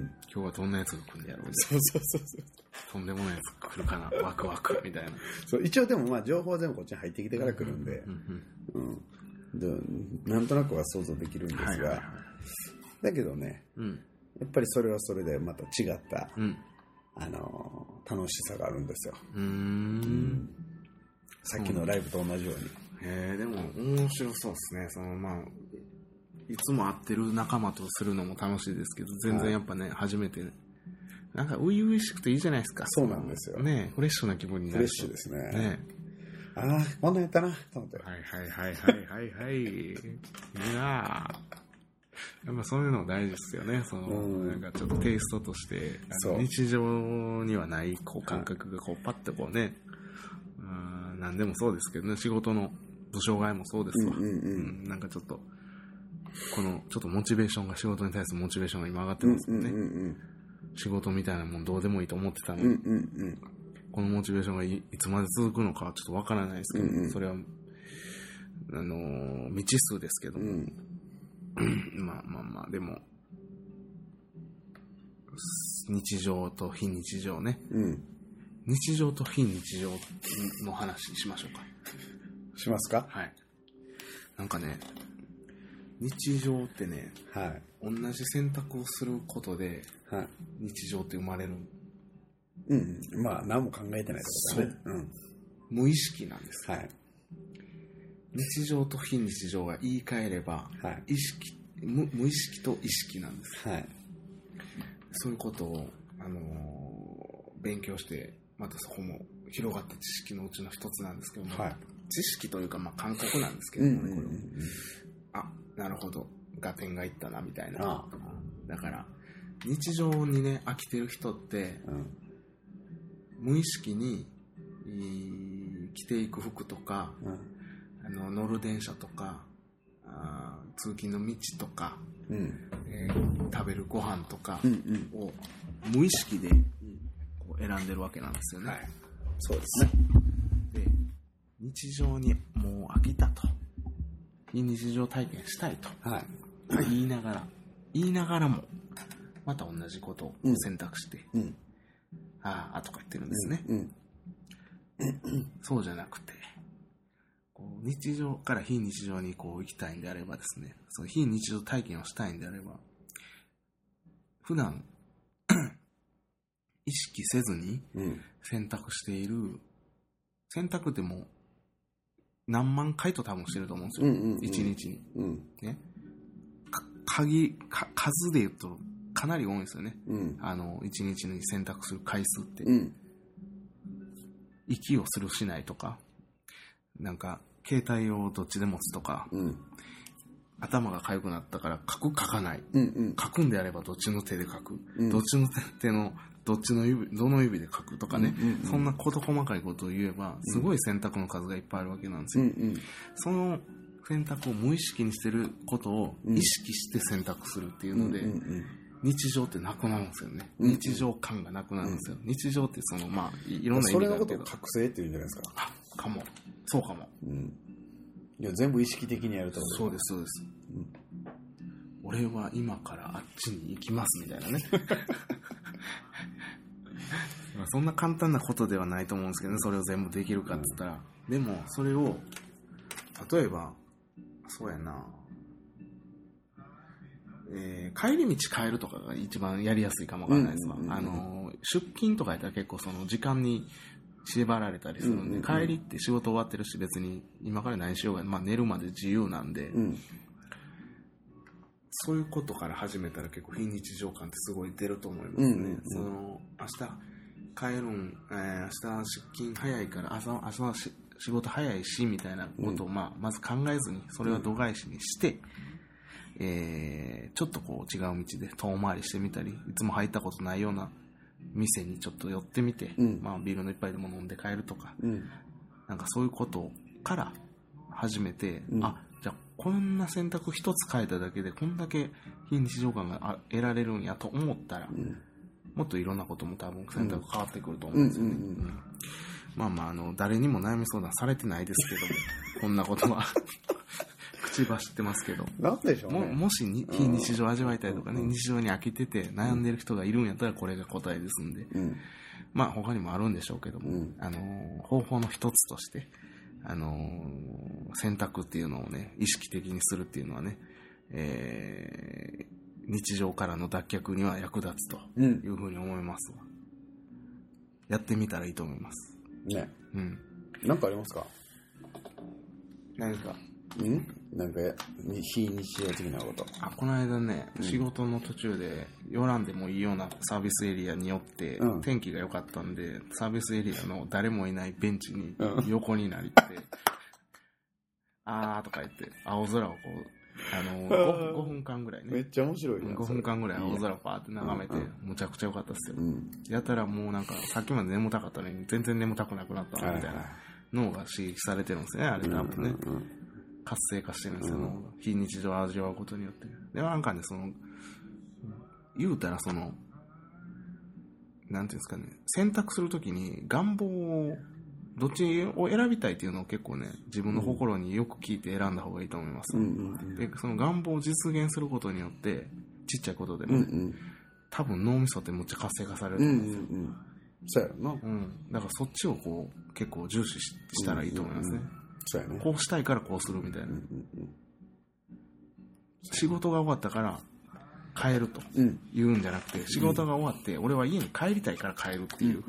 [SPEAKER 1] ん。
[SPEAKER 2] 今日はどんなやつが来るんだやろうね
[SPEAKER 1] そうそうそうそう。
[SPEAKER 2] とんでもないやつが来るかな。ワクワクみたいな。
[SPEAKER 1] そう一応でもまあ情報は全部こっちに入ってきてから来るんで
[SPEAKER 2] う、ん
[SPEAKER 1] うんでなんとなくは想像できるん
[SPEAKER 2] うん。
[SPEAKER 1] で
[SPEAKER 2] はい
[SPEAKER 1] す
[SPEAKER 2] はいはい
[SPEAKER 1] が、。だけどね、
[SPEAKER 2] うん。
[SPEAKER 1] やっぱりそれはそれでまた違った、
[SPEAKER 2] うん。
[SPEAKER 1] あのー楽しさがあるんですよ。
[SPEAKER 2] うーん。
[SPEAKER 1] さっきのライブと同じように。
[SPEAKER 2] えー、でも面白そうですね。そのまあ、いつも会ってる仲間とするのも楽しいですけど、全然やっぱね、初めて、なんか初々しくていいじゃないですか。
[SPEAKER 1] そうなんですよ
[SPEAKER 2] ねフレッシュな気分に
[SPEAKER 1] フ
[SPEAKER 2] な
[SPEAKER 1] レ
[SPEAKER 2] る。
[SPEAKER 1] ッシュですね。
[SPEAKER 2] ね
[SPEAKER 1] ああ、こんなんやったな、と思って。
[SPEAKER 2] はいはいはいはいはいはい。いやーやっぱそういうのも大事ですよね。その、
[SPEAKER 1] うん
[SPEAKER 2] なんかちょっとテイストとして、あ
[SPEAKER 1] そう
[SPEAKER 2] の日常にはないこう感覚がこうパッとこうね、うん、何でもそうですけどね、仕事の障害もそうですわ。
[SPEAKER 1] うんうんうん
[SPEAKER 2] うんなんかちょっと、このちょっとモチベーションが仕事に対するモチベーションが今上がってます
[SPEAKER 1] う
[SPEAKER 2] よ
[SPEAKER 1] ん
[SPEAKER 2] ね、
[SPEAKER 1] うんうん。
[SPEAKER 2] 仕事みたいなもんどうでもいいと思ってたのに、
[SPEAKER 1] うんうん
[SPEAKER 2] このモチベーションがいいつまで続くのかはちょっとわからないですけど、
[SPEAKER 1] うんうん
[SPEAKER 2] それは、あのー未知数ですけど
[SPEAKER 1] うん。うん。
[SPEAKER 2] も、まあまあまあ、でも、す日常と非日常ね。
[SPEAKER 1] うん。
[SPEAKER 2] 日常と非日常の話しましょうか。
[SPEAKER 1] しますか
[SPEAKER 2] はい。なんかね、日常ってね、
[SPEAKER 1] はい。
[SPEAKER 2] 同じ選択をすることで、
[SPEAKER 1] はい。
[SPEAKER 2] 日常って生まれる
[SPEAKER 1] うんうん。まあ、何も考えてないってことだね。うん。
[SPEAKER 2] 無意識なんです。
[SPEAKER 1] はい。
[SPEAKER 2] 日常と非日常が言い換えれば、
[SPEAKER 1] はい。
[SPEAKER 2] 意識無無意識と意識なんです
[SPEAKER 1] はい。
[SPEAKER 2] そういうことを、あのー勉強してまたそこも広がった知識のうちの一つなんですけども、
[SPEAKER 1] はい。
[SPEAKER 2] 知識というか、まあ、感覚なんですけ
[SPEAKER 1] う
[SPEAKER 2] ど
[SPEAKER 1] ん
[SPEAKER 2] も
[SPEAKER 1] う
[SPEAKER 2] ね、
[SPEAKER 1] ん
[SPEAKER 2] こ
[SPEAKER 1] う
[SPEAKER 2] れも
[SPEAKER 1] ん。
[SPEAKER 2] あなるほど合点がいったなみたいな
[SPEAKER 1] あ
[SPEAKER 2] だから日常にね飽きてる人って
[SPEAKER 1] うん。
[SPEAKER 2] 無意識にいー着ていく服とか
[SPEAKER 1] うん。
[SPEAKER 2] あの乗る電車とかあー通勤の道とか、
[SPEAKER 1] うん。
[SPEAKER 2] えー食べるご飯とか、
[SPEAKER 1] うんうん。
[SPEAKER 2] を無意識でこう選んでるわけなんですよね。
[SPEAKER 1] はいそうですね。
[SPEAKER 2] で日常にもう飽きたと非日常体験したいと
[SPEAKER 1] はい。
[SPEAKER 2] 言いながら言いながらもまた同じことを選択して、
[SPEAKER 1] うん。
[SPEAKER 2] あーあとか言ってるんですね、
[SPEAKER 1] うん。
[SPEAKER 2] そうじゃなくてこう日常から非日常にこう行きたいんであればですねその非日常体験をしたいんであれば普段 意識せずに
[SPEAKER 1] うん。
[SPEAKER 2] 選択している選択ってもう何万回と多分してると思うんですよ、
[SPEAKER 1] うんうんうん
[SPEAKER 2] 一日に
[SPEAKER 1] うん。
[SPEAKER 2] ねか鍵か数で言うとかなり多いんですよね
[SPEAKER 1] うん。
[SPEAKER 2] あの一日に選択する回数って、
[SPEAKER 1] うん。
[SPEAKER 2] 息をするしないとかなんか携帯をどっちで持つとか、
[SPEAKER 1] うん。
[SPEAKER 2] 頭が痒くなったから書く書かない
[SPEAKER 1] うん。うん。
[SPEAKER 2] 書くんであればどっちの手で書く、
[SPEAKER 1] うん
[SPEAKER 2] どっちの手のどっちの指どの指で書くとかね、
[SPEAKER 1] うんうんうん
[SPEAKER 2] そんな事細かいことを言えばすごい選択の数がいっぱいあるわけなんです
[SPEAKER 1] う
[SPEAKER 2] よ、
[SPEAKER 1] ん。
[SPEAKER 2] その選択を無意識にしてることを
[SPEAKER 1] うん
[SPEAKER 2] 意識して選択するっていう
[SPEAKER 1] うん。
[SPEAKER 2] ので、日常ってなくなるんですよね、
[SPEAKER 1] うんうん
[SPEAKER 2] 日常感がなくなるんですよ、日常ってそのまあいいろんな意
[SPEAKER 1] そ
[SPEAKER 2] 味
[SPEAKER 1] れ
[SPEAKER 2] が
[SPEAKER 1] の
[SPEAKER 2] あ
[SPEAKER 1] こ
[SPEAKER 2] る
[SPEAKER 1] とを
[SPEAKER 2] けど
[SPEAKER 1] 覚醒っていうんじゃないですか。
[SPEAKER 2] あかもそうかも
[SPEAKER 1] うん。いや、全部意識的にやるってこと
[SPEAKER 2] そうですそうです、
[SPEAKER 1] うん
[SPEAKER 2] 俺は今からあっちに行きますみたい なねまあそんな簡単なことではないと思うんですけどねそれを全部できるかっつったら、でもそれを例えばそうやなえー帰り道変えるとかが一番やりやすいかもわからないですわ、
[SPEAKER 1] うんうんうんうん
[SPEAKER 2] あのー出勤とかやったら結構その時間に縛られたりするんで、
[SPEAKER 1] うんうんうん
[SPEAKER 2] 帰りって仕事終わってるし別に今から何しようが、まあ、寝るまで自由なんで、
[SPEAKER 1] うん。
[SPEAKER 2] そういうことから始めたら結構非日常感ってすごい出ると思いますね。
[SPEAKER 1] うんうんうん
[SPEAKER 2] その明日帰るん、えー明日出勤早いから朝朝はし仕事早いしみたいなことを、まあ、まず考えずにそれは度外視にして、えーちょっとこう違う道で遠回りしてみたりいつも入ったことないような店にちょっと寄ってみて、
[SPEAKER 1] うん
[SPEAKER 2] まあ、ビールの一杯でも飲んで帰るとか
[SPEAKER 1] うん。
[SPEAKER 2] なんかそういうことから始めて、
[SPEAKER 1] うん
[SPEAKER 2] あじゃあここんな選択一つ変えただけで、こんだけ非日常感があ得られるんやと思ったら、もっといろんなことも多分選択変わってくると思うんですよね。
[SPEAKER 1] うんうんうん
[SPEAKER 2] うんまあまあ、あの、誰にも悩み相談されてないですけども、 こんなことは、口走ってますけど。
[SPEAKER 1] なんでしょうね。
[SPEAKER 2] ももしに非日常を味わいたいとかね、日常に飽きてて悩んでる人がいるんやったらこれが答えですんで、
[SPEAKER 1] うん。
[SPEAKER 2] まあ他にもあるんでしょうけども、
[SPEAKER 1] うん
[SPEAKER 2] あのー方法の一つとして、あのー選択っていうのをね、意識的にするっていうのはね、えー日常からの脱却には役立つと
[SPEAKER 1] うん
[SPEAKER 2] い。うふうに思いますわやってみたらいいと思います。
[SPEAKER 1] ね。
[SPEAKER 2] うん。
[SPEAKER 1] なんかありますか
[SPEAKER 2] 何か
[SPEAKER 1] うんなんか、に非日常的なこと。
[SPEAKER 2] あこの間ね、
[SPEAKER 1] うん
[SPEAKER 2] 仕事の途中で寄らんでもいいようなサービスエリアに寄って、
[SPEAKER 1] うん
[SPEAKER 2] 天気が良かったんでサービスエリアの誰もいないベンチに
[SPEAKER 1] うん
[SPEAKER 2] 横になりって 「あー」とか言って青空をこうあの 5, 分間ぐらいね
[SPEAKER 1] ちゃ面白
[SPEAKER 2] 5分間ぐらい青空をパーって眺めて
[SPEAKER 1] いいや
[SPEAKER 2] むちゃくちゃ良かったっすよ
[SPEAKER 1] うん。
[SPEAKER 2] やたらもうなんかさっきまで眠たかったのに全然眠たくなくなったなみたいな脳が刺激されてるんですねあれ多分ね、
[SPEAKER 1] うん
[SPEAKER 2] 活性化してるんですよ、
[SPEAKER 1] うん
[SPEAKER 2] 脳が非日常を味わうことによって。で、なんかね、その、言うたらその、なんていうんですかね、選択するときに願望を、どっちを選びたいっていうのを結構ね、自分の心によく聞いて選んだ方がいいと思います。
[SPEAKER 1] うん。
[SPEAKER 2] で、その願望を実現することによって、ちっちゃいことで
[SPEAKER 1] うんう
[SPEAKER 2] も、
[SPEAKER 1] ん。
[SPEAKER 2] 多分脳みそってむっちゃ活性化される
[SPEAKER 1] う
[SPEAKER 2] と
[SPEAKER 1] んう
[SPEAKER 2] 思
[SPEAKER 1] ん
[SPEAKER 2] うんですよ。
[SPEAKER 1] うん。そうやろな。
[SPEAKER 2] うん、だからそっちをこう結構重視ししたらいいと思いますね、
[SPEAKER 1] うんうんそうやね。
[SPEAKER 2] こうしたいからこうするみたいな、仕事が終わったから帰ると
[SPEAKER 1] うん。
[SPEAKER 2] いうんじゃなくて仕事が終わって俺は家に帰りたいから帰るっていう考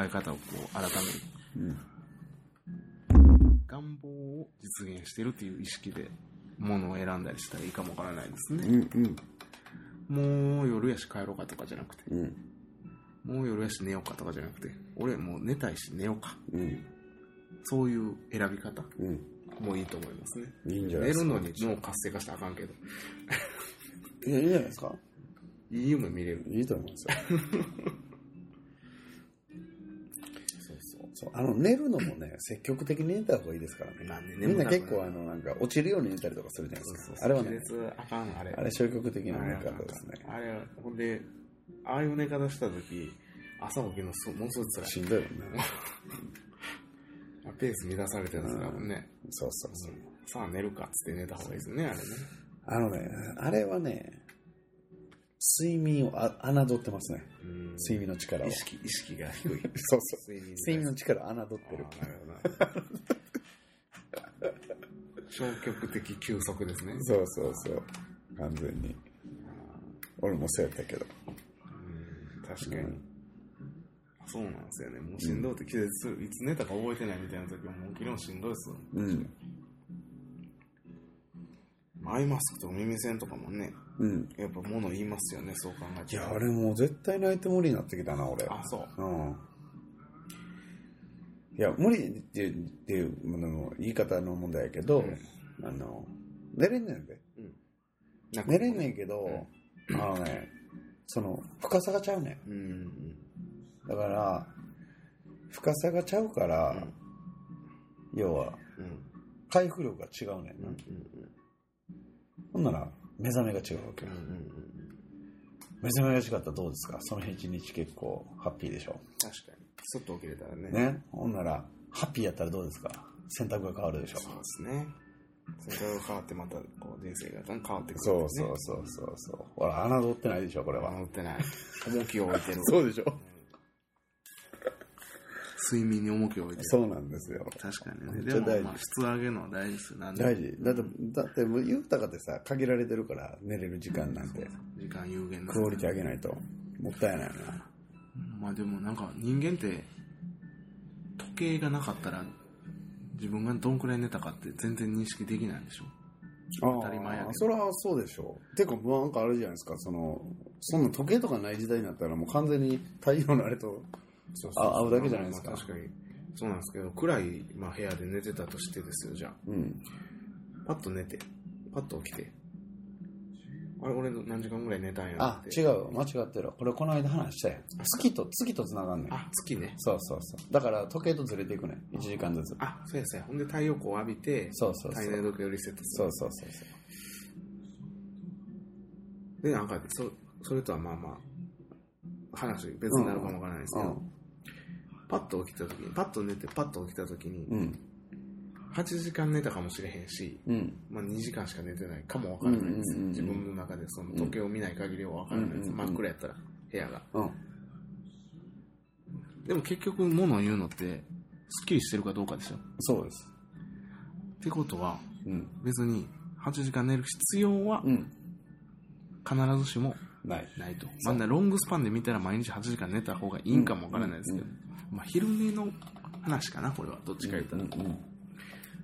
[SPEAKER 2] え方をこう改める
[SPEAKER 1] うん。
[SPEAKER 2] 願望を実現してるっていう意識で物を選んだりしたらいいかもわからないです
[SPEAKER 1] う
[SPEAKER 2] ね
[SPEAKER 1] んうん。
[SPEAKER 2] もう夜やし帰ろうかとかじゃなくて
[SPEAKER 1] うん。
[SPEAKER 2] もう夜やし寝ようかとかじゃなくて俺もう寝たいし寝ようか
[SPEAKER 1] うん。
[SPEAKER 2] そういう選び方
[SPEAKER 1] うん。
[SPEAKER 2] もいいと思いますね
[SPEAKER 1] いいんじゃな
[SPEAKER 2] 寝
[SPEAKER 1] いです
[SPEAKER 2] る
[SPEAKER 1] か。
[SPEAKER 2] のに脳活性化したらあかんけど
[SPEAKER 1] いやいいんじゃないですか。
[SPEAKER 2] いい夢見れる
[SPEAKER 1] いいと思いますよ。そうそうそうあの寝るのもね、積極的に寝た方がいいですからね。
[SPEAKER 2] まあね
[SPEAKER 1] みんな
[SPEAKER 2] 眠たく
[SPEAKER 1] 結
[SPEAKER 2] なる
[SPEAKER 1] 構あのなんか落ちるように寝たりとかするじゃないですか。あれはね、
[SPEAKER 2] 亀裂あかんあれ
[SPEAKER 1] あれ消極的な寝方ですね。
[SPEAKER 2] あれはほんでああいう寝方した時朝起きるのすものすごい辛
[SPEAKER 1] しんどいもんね。
[SPEAKER 2] いペース乱されてるんですからね、
[SPEAKER 1] そうそうそう。
[SPEAKER 2] さあ寝るかっつって寝た方がいいですねあれね
[SPEAKER 1] あのね、あれはね、睡眠をあ侮ってますね。
[SPEAKER 2] うん
[SPEAKER 1] 睡眠の力を。
[SPEAKER 2] 意
[SPEAKER 1] そう
[SPEAKER 2] 識意識が 低い
[SPEAKER 1] そう。
[SPEAKER 2] 睡眠
[SPEAKER 1] 睡眠の力を侮ってる。
[SPEAKER 2] ああなるほ どな消極的休息ですね
[SPEAKER 1] そうそうそう。完全に。俺もそうやったけど。
[SPEAKER 2] うん確かに、
[SPEAKER 1] うん
[SPEAKER 2] そうなんですよねもうしんどいって季節するいつ寝たか覚えてないみたいな時はもう起きるのしんどいですよ
[SPEAKER 1] うん。
[SPEAKER 2] アイマスクとお耳栓とかもね
[SPEAKER 1] うん。
[SPEAKER 2] やっぱ物言いますよねそう考え
[SPEAKER 1] い
[SPEAKER 2] て
[SPEAKER 1] や、あれもう絶対泣いて無理になってきたな、俺。
[SPEAKER 2] あそう
[SPEAKER 1] うん。いや、無理っていうっていうものの言い方の問題やけど、
[SPEAKER 2] うん
[SPEAKER 1] あの、寝れんねんで。
[SPEAKER 2] なんか
[SPEAKER 1] 寝れんねんけど、あのね、その、深さがちゃうねん。
[SPEAKER 2] うん
[SPEAKER 1] だから、深さがちゃうか
[SPEAKER 2] う
[SPEAKER 1] ら、
[SPEAKER 2] ん
[SPEAKER 1] 要は、
[SPEAKER 2] うん
[SPEAKER 1] 回復力が違うねん
[SPEAKER 2] うんう
[SPEAKER 1] な。
[SPEAKER 2] ん
[SPEAKER 1] ほんなら、目覚めが違うわけ
[SPEAKER 2] うんう
[SPEAKER 1] よ。
[SPEAKER 2] ん
[SPEAKER 1] 目覚めが違ったらどうですかその日一日結構ハッピーでしょ。
[SPEAKER 2] 確かにスッと起きれたらね
[SPEAKER 1] ね。ほんなら、ハッピーやったらどうですか選択が変わるでしょ
[SPEAKER 2] そう。ですねそれが変わってまたこう人生が変わってくる
[SPEAKER 1] そ
[SPEAKER 2] ん
[SPEAKER 1] う
[SPEAKER 2] です
[SPEAKER 1] そ
[SPEAKER 2] ね
[SPEAKER 1] うそうそうそう。ほら、侮ってないでしょ、これは。
[SPEAKER 2] 守ってない重きを置いてる
[SPEAKER 1] そうでしょ。
[SPEAKER 2] 睡眠に重きを置いてる
[SPEAKER 1] そうなんですよ。
[SPEAKER 2] 確かに
[SPEAKER 1] め
[SPEAKER 2] ね
[SPEAKER 1] っち
[SPEAKER 2] で
[SPEAKER 1] ゃ大事
[SPEAKER 2] もまあ質上げるのは大事ですよなんでも
[SPEAKER 1] 大事。だって、だってもう言うたかってさ、限られてるから、寝れる時間なんて。
[SPEAKER 2] 時間有限だ
[SPEAKER 1] クオリティ上げないと。もったいないよな。
[SPEAKER 2] まあでもなんか人間って時計がなかったら自分がどんくらい寝たかって全然認識できないんでしょ
[SPEAKER 1] 当
[SPEAKER 2] たり前やけど
[SPEAKER 1] それはそうでしょう。てか、もうなんかあるじゃないですか、その、そんな時計とかない時代になったら、もう完全に太陽のあれと、
[SPEAKER 2] そう
[SPEAKER 1] そうあ会うだけじゃないですか
[SPEAKER 2] まあ確かにそうなんですけど暗い、まあ、部屋で寝てたとしてですよじゃあ
[SPEAKER 1] うん。
[SPEAKER 2] パッと寝てパッと起きてあれ、俺何時間ぐらい寝たんや
[SPEAKER 1] あ
[SPEAKER 2] ろって。
[SPEAKER 1] 違うわ間違ってるわこれこの間話したやん月と月とつながんねん
[SPEAKER 2] あ、月ね。
[SPEAKER 1] そうそうそうだから時計とずれていくねん1時間ずつ
[SPEAKER 2] あ、そうやそうや。ほんで太陽光浴びて、
[SPEAKER 1] そうそうそ
[SPEAKER 2] 体内
[SPEAKER 1] う
[SPEAKER 2] 時計をリセットす
[SPEAKER 1] そ
[SPEAKER 2] る。
[SPEAKER 1] うそうそうそう
[SPEAKER 2] で、なんか、そそれとはまあまあ、話別になるかもわからないですけど、パッと起きた時に、パッと寝て、パッと起きた時に、
[SPEAKER 1] うん
[SPEAKER 2] 8時間寝たかもしれへんし、
[SPEAKER 1] うん
[SPEAKER 2] まあ、2時間しか寝てないかもわからないです、
[SPEAKER 1] うんうんうんうん
[SPEAKER 2] 自分の中でその時計を見ない限りはわからないです、
[SPEAKER 1] うんうんうん
[SPEAKER 2] 真っ暗やったら部屋が
[SPEAKER 1] うん
[SPEAKER 2] でも結局物を言うのってすっきりしてるかどうかですよ
[SPEAKER 1] そうです
[SPEAKER 2] ってことは
[SPEAKER 1] うん
[SPEAKER 2] 別に8時間寝る必要は
[SPEAKER 1] うん
[SPEAKER 2] 必ずしも
[SPEAKER 1] ない
[SPEAKER 2] ないと、まあね、ロングスパンで見たら毎日8時間寝た方がいいんかもわからないですけど、まあ、昼寝の話かなこれはどっちか言った
[SPEAKER 1] うん
[SPEAKER 2] ら、
[SPEAKER 1] う
[SPEAKER 2] っ
[SPEAKER 1] ん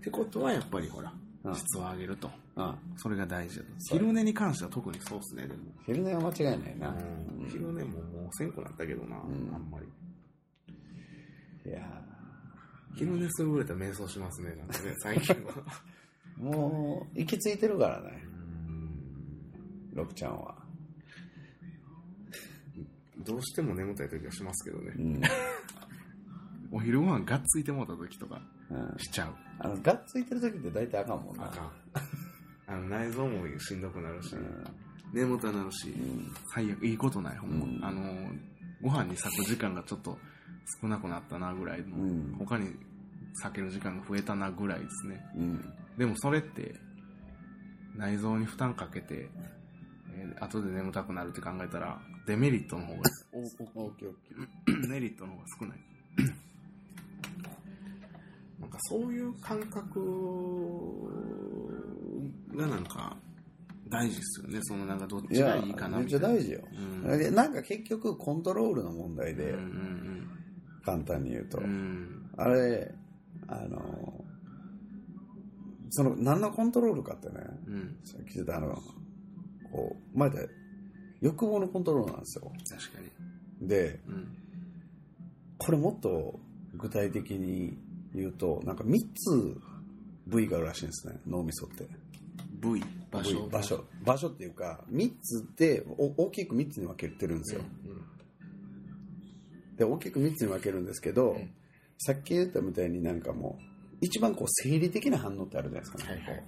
[SPEAKER 2] てことはやっぱりほら
[SPEAKER 1] うん
[SPEAKER 2] 質を上げると
[SPEAKER 1] あ
[SPEAKER 2] それが大事だと
[SPEAKER 1] そう
[SPEAKER 2] 昼寝に関しては特にそうっすねでも
[SPEAKER 1] 昼寝は間違いないな、
[SPEAKER 2] うん昼寝ももうせんくなったけどな、
[SPEAKER 1] ん
[SPEAKER 2] あんまり
[SPEAKER 1] いや
[SPEAKER 2] 昼寝するぐらいだったら瞑想しますねなんか ね最近は
[SPEAKER 1] ーもう行き着いてるからね六ちゃんは
[SPEAKER 2] どうしても眠たい時はしますけど
[SPEAKER 1] う
[SPEAKER 2] ね
[SPEAKER 1] ん、
[SPEAKER 2] お昼ご飯がっついてもうた時とか
[SPEAKER 1] うん、
[SPEAKER 2] しちゃう
[SPEAKER 1] あのがっついてる時って大体あかんもんな
[SPEAKER 2] あかんあの内臓もしんどくなるし、
[SPEAKER 1] うん
[SPEAKER 2] 眠たなる
[SPEAKER 1] う
[SPEAKER 2] し、
[SPEAKER 1] ん
[SPEAKER 2] 最悪いいことないほんま、
[SPEAKER 1] うん
[SPEAKER 2] あのご飯に咲く時間がちょっと少なくなったなぐらいの、
[SPEAKER 1] うん
[SPEAKER 2] 他に避ける時間が増えたなぐらいですね
[SPEAKER 1] うん
[SPEAKER 2] でもそれって内臓に負担かけて、えー後で眠たくなるって考えたらデメリットの方が
[SPEAKER 1] 大きい大きい
[SPEAKER 2] メリットの方が少ない なんかそういう感覚がなんか大事ですよねそのなんかどっ
[SPEAKER 1] い
[SPEAKER 2] ち
[SPEAKER 1] や
[SPEAKER 2] がいいかな
[SPEAKER 1] めっ
[SPEAKER 2] み
[SPEAKER 1] ち
[SPEAKER 2] た
[SPEAKER 1] ゃ
[SPEAKER 2] いな
[SPEAKER 1] 大事よ、
[SPEAKER 2] うん
[SPEAKER 1] でなんか結局コントロールの問題で、
[SPEAKER 2] うんうん
[SPEAKER 1] 簡単に言うと、
[SPEAKER 2] うんうん
[SPEAKER 1] あれあのその何のコントロールかってね
[SPEAKER 2] うん
[SPEAKER 1] さっき言ってたあのこう前で欲望のコントロールなんですよ
[SPEAKER 2] 確かに
[SPEAKER 1] で
[SPEAKER 2] うん
[SPEAKER 1] これもっと具体的に言うとなんか3つ部位があるらしいんですね脳みそって
[SPEAKER 2] 部位場所
[SPEAKER 1] 部位場所場所っていうか3つでお大きく3つに分けてるんですよ、で大きく3つに分けるんですけど、
[SPEAKER 2] うん
[SPEAKER 1] さっき言ったみたいになんかもう一番こう生理的な反応ってあるじゃないですか、
[SPEAKER 2] はいはい
[SPEAKER 1] こ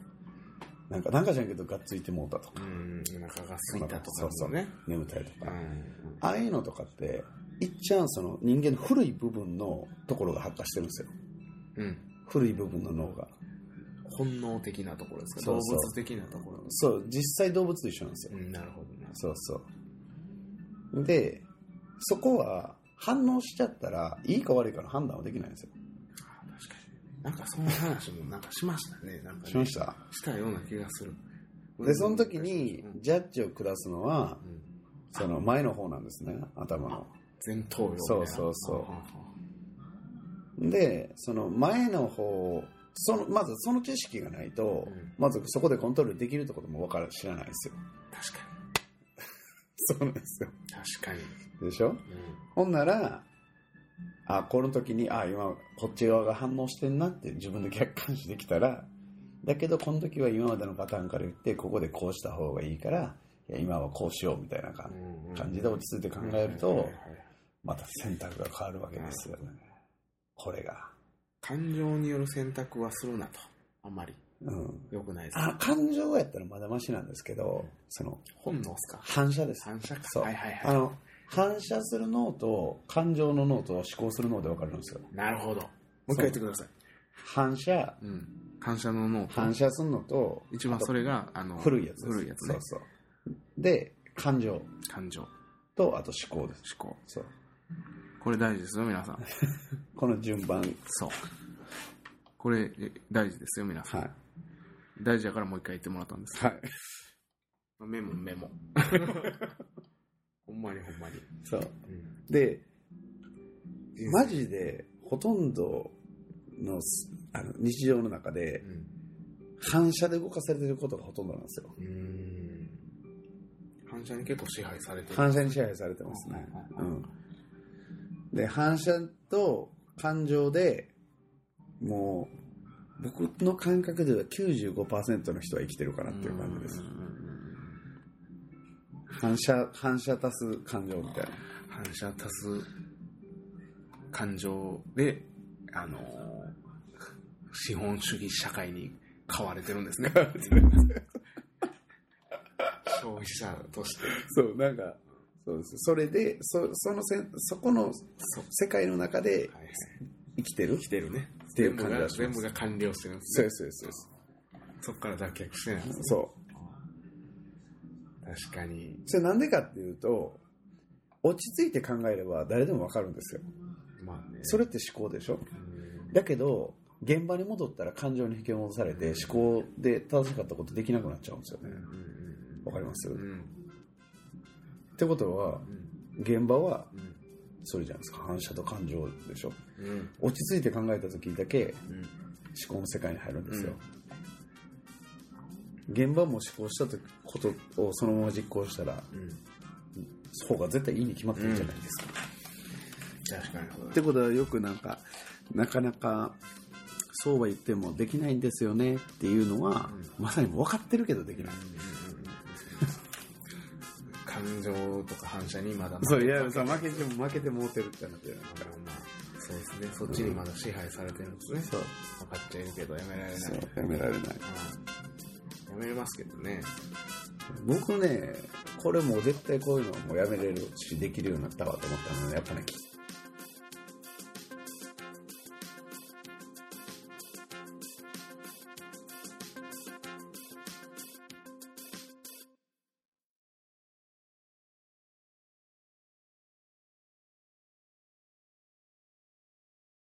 [SPEAKER 1] うなんかなんかじゃんけどがっついてもうたと
[SPEAKER 2] う
[SPEAKER 1] か
[SPEAKER 2] んお腹が空いたとか
[SPEAKER 1] そうそう
[SPEAKER 2] ね
[SPEAKER 1] 眠たいと
[SPEAKER 2] う
[SPEAKER 1] か、
[SPEAKER 2] ん
[SPEAKER 1] ああいうのとかっていっちゃんその人間の古い部分のところが発火してるんですよ
[SPEAKER 2] うん
[SPEAKER 1] 古い部分の脳が
[SPEAKER 2] 本能的なところですか
[SPEAKER 1] そうそう
[SPEAKER 2] 動物的なところです
[SPEAKER 1] そう実際動物と一緒なんですよ、
[SPEAKER 2] うんなるほどね
[SPEAKER 1] そうそうでそこは反応しちゃったらいいか悪いかの判断はできないんですよ
[SPEAKER 2] 確かになんかその話もなんかしましたねなんかね
[SPEAKER 1] しました
[SPEAKER 2] したような気がする
[SPEAKER 1] でその時に
[SPEAKER 2] うん
[SPEAKER 1] ジャッジを下すのは
[SPEAKER 2] うん
[SPEAKER 1] その前の方なんですね頭の
[SPEAKER 2] 前頭葉ね
[SPEAKER 1] そうそうそう
[SPEAKER 2] ははは
[SPEAKER 1] でその前の方そのまずその知識がないと、
[SPEAKER 2] うん
[SPEAKER 1] まずそこでコントロールできるってことも分から知らないですよ
[SPEAKER 2] 確か
[SPEAKER 1] そうなんですよ
[SPEAKER 2] に確かに
[SPEAKER 1] でしょ
[SPEAKER 2] う
[SPEAKER 1] ほんならあこの時にあ今こっち側が反応してんなって自分で客観視できたらだけどこの時は今までのパターンから言ってここでこうした方がいいからいや今はこうしようみたいな感
[SPEAKER 2] んうんうん
[SPEAKER 1] 感じで落ち着いて考えると、
[SPEAKER 2] はいはいはい
[SPEAKER 1] また選択が変わるわけですよね。これが。
[SPEAKER 2] 感情による選択はするなとあまり
[SPEAKER 1] うん。
[SPEAKER 2] 良くないです
[SPEAKER 1] あ、感情やったらまだマシなんですけど、その、
[SPEAKER 2] 本能っすか
[SPEAKER 1] 反射です。
[SPEAKER 2] 反射か
[SPEAKER 1] そう
[SPEAKER 2] はいはい
[SPEAKER 1] あ
[SPEAKER 2] は
[SPEAKER 1] の、反射する脳と感情の脳と思考する脳で分かるんですよ。
[SPEAKER 2] いなるほどもう一回言ってください
[SPEAKER 1] 反射、
[SPEAKER 2] うん反射の脳と
[SPEAKER 1] 反射するのと、
[SPEAKER 2] 一番それがあの
[SPEAKER 1] 古いやつです。
[SPEAKER 2] 古いやつね
[SPEAKER 1] そうそう。で、感情
[SPEAKER 2] 感情思
[SPEAKER 1] と、あと思考です。
[SPEAKER 2] 考
[SPEAKER 1] そう。
[SPEAKER 2] これ大事ですよ皆さん
[SPEAKER 1] この順番。
[SPEAKER 2] そう。これ、え大事ですよ、皆さん。
[SPEAKER 1] はい。
[SPEAKER 2] 大事だからもう一回言ってもらったんです。
[SPEAKER 1] はい。
[SPEAKER 2] メモ、メモ。ほんまにほんまに。
[SPEAKER 1] そう。
[SPEAKER 2] うん
[SPEAKER 1] で、マジで、ほとんどのすあの日常の中で、反射で動かされてることがほとんどなんですよ。
[SPEAKER 2] うん。うん。反射に結構支配されてる。
[SPEAKER 1] 反射に支配されてますね。
[SPEAKER 2] う
[SPEAKER 1] うんん。で、反射と感情で、もう、僕の感覚では95%の人は生きてるかなっていう感じです
[SPEAKER 2] う。ん
[SPEAKER 1] 反射、反射足す感情みたいな。
[SPEAKER 2] 反射足す感情で、あの資本主義社会に買われてるんですね。 消費者として。
[SPEAKER 1] そう、なんか、そうです。それで、そそのせんそこのそ世界の中で
[SPEAKER 2] はい、
[SPEAKER 1] 生きてる
[SPEAKER 2] 来てるね。
[SPEAKER 1] ていう
[SPEAKER 2] 全部
[SPEAKER 1] 感じ
[SPEAKER 2] が
[SPEAKER 1] がします
[SPEAKER 2] 全部が完了してるんで
[SPEAKER 1] そ
[SPEAKER 2] す
[SPEAKER 1] う
[SPEAKER 2] ね
[SPEAKER 1] です、そうですそうです。
[SPEAKER 2] そこから脱却してないんです。
[SPEAKER 1] そう。
[SPEAKER 2] 確かに。
[SPEAKER 1] それなんでかっていうと、落ち着いて考えれば誰でもわかるんですよ。
[SPEAKER 2] まあね。
[SPEAKER 1] それって思考でしょ
[SPEAKER 2] うん
[SPEAKER 1] だけど、現場に戻ったら感情に引き戻されて思考で正しかったことできなくなっちゃうんですよ
[SPEAKER 2] う
[SPEAKER 1] ね
[SPEAKER 2] ん。うん
[SPEAKER 1] わかります、
[SPEAKER 2] うん
[SPEAKER 1] っ
[SPEAKER 2] うん
[SPEAKER 1] てことは、
[SPEAKER 2] うん
[SPEAKER 1] 現場はそれじゃないですか。反射と感情でしょ
[SPEAKER 2] うんうん
[SPEAKER 1] 落ち着いて考えた時だけ
[SPEAKER 2] うん
[SPEAKER 1] 思考の世界に入るんですよ、現場も思考したとことをそのまま実行したら
[SPEAKER 2] うん
[SPEAKER 1] そこが絶対いいに決まってるじゃないですか、
[SPEAKER 2] 確かにそうだ
[SPEAKER 1] ってことはよくなんかなかなかそうは言ってもできないんですよねっていうのは、まさに分かってるけどできない、
[SPEAKER 2] 感情とか反射にまだ
[SPEAKER 1] そうい
[SPEAKER 2] ま
[SPEAKER 1] やさ負けても負けてもうてるってなってる
[SPEAKER 2] あまあそうですねそっちにまだ支配されてるんですね、
[SPEAKER 1] そう
[SPEAKER 2] 分かっちゃいるけどやめられない、
[SPEAKER 1] そう
[SPEAKER 2] うん
[SPEAKER 1] やめられない
[SPEAKER 2] やめれますけどね
[SPEAKER 1] 僕ねこれもう絶対こういうのはもうやめれるしできるようになったわと思ったのでやっぱねきっ